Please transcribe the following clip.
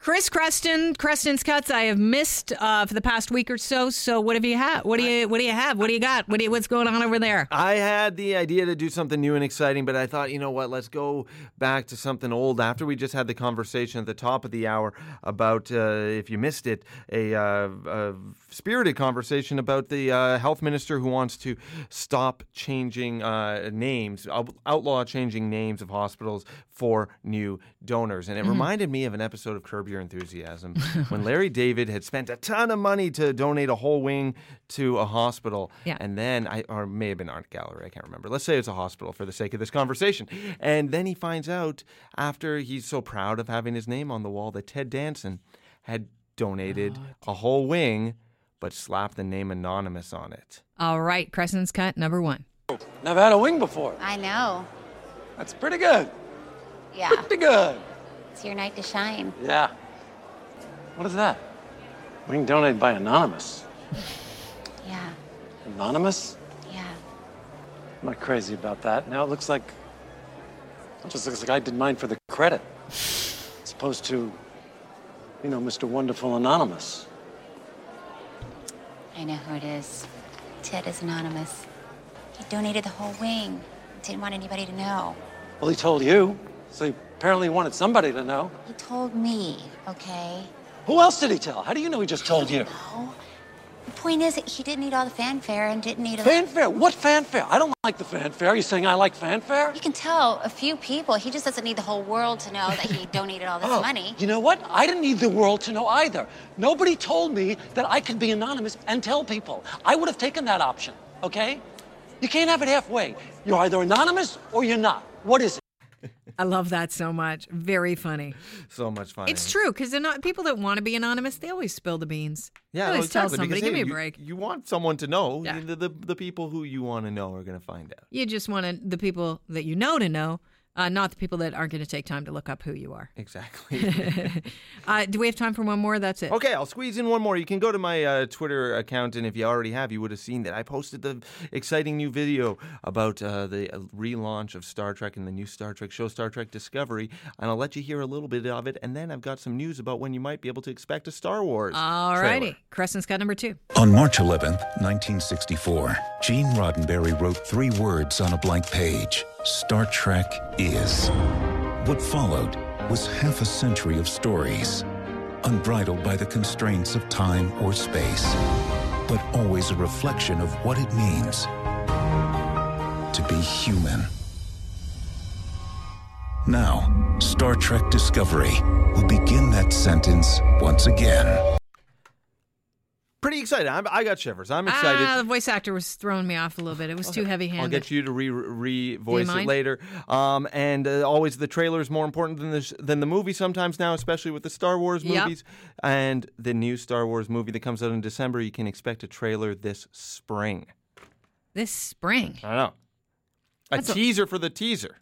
Chris Creston, Creston's cuts. I have missed uh, for the past week or so. So what have you had? What do you What do you have? What do you got? What do you, What's going on over there? I had the idea to do something new and exciting, but I thought, you know what, let's go back to something old. After we just had the conversation at the top of the hour about, uh, if you missed it, a, uh, a spirited conversation about the uh, health minister who wants to stop changing uh, names, out- outlaw changing names of hospitals for new donors. Mm-hmm. And it reminded me of an episode of Curb Your Enthusiasm when Larry David had spent a ton of money to donate a whole wing to a hospital. Yeah. And then I, or it may have been art gallery, I can't remember. Let's say it's a hospital for the sake of this conversation. And then he finds out after he's so proud of having his name on the wall that Ted Danson had donated a whole wing, but slapped the name anonymous on it. All right, Creston's cut number one. Never had a wing before. I know. That's pretty good. Yeah, Pretty good. it's your night to shine. Yeah. What is that? Wing donated by Anonymous. Yeah, Anonymous? yeah. I'm not crazy about that. Now it looks like. It just looks like I did mine for the credit. As opposed to, you know, Mr. Wonderful Anonymous. I know who it is. Ted is anonymous. He donated the whole wing. Didn't want anybody to know. Well, he told you, so he apparently wanted somebody to know. He told me, okay? Who else did he tell? How do you know he just told you? The point is, that he didn't need all the fanfare and didn't need a. Fanfare? What fanfare? I don't like the fanfare. Are you saying I like fanfare? you can tell a few people. He just doesn't need the whole world to know that he donated all this Oh, money. You know what? I didn't need the world to know either. Nobody told me that I could be anonymous and tell people. I would have taken that option, okay? You can't have it halfway. You're either anonymous or you're not. What is it? I love that so much. Very funny. So much fun. It's true because they're not people that want to be anonymous. They always spill the beans. they Yeah, always well, exactly, tell somebody, because, "Give me hey, a you- break." You, want someone to know. Yeah. The, the, the people who you want to know are going to find out. You just want the people that you know to know, uh, not the people that aren't going to take time to look up who you are. Exactly. Uh, do we have time for one more? That's it. Okay, I'll squeeze in one more. You can go to my uh, Twitter account, and if you already have, you would have seen that I posted the exciting new video about uh, the uh, relaunch of Star Trek and the new Star Trek show, Star Trek Discovery. And I'll let you hear a little bit of it, and then I've got some news about when you might be able to expect a Star Wars. All trailer. righty. Crescent's cut number two. On March 11th, 1964, Gene Roddenberry wrote three words on a blank page Star Trek is. What followed was half a century of stories, unbridled by the constraints of time or space, but always a reflection of what it means to be human. Now, Star Trek Discovery will begin that sentence once again. Pretty excited. I'm, I got shivers. I'm excited. Ah, the voice actor was throwing me off a little bit. It was too heavy-handed. I'll get you to re re voice it mind? later. Um, and uh, always the trailer is more important than the sh- than the movie sometimes now, especially with the Star Wars Yep. movies and the new Star Wars movie that comes out in December. You can expect a trailer this spring. This spring. I don't know. A That's a- teaser for the teaser.